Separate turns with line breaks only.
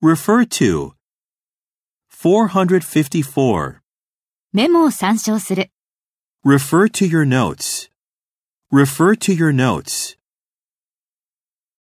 Refer to 454.
メモを参照する。
Refer to your notes. Refer to your notes.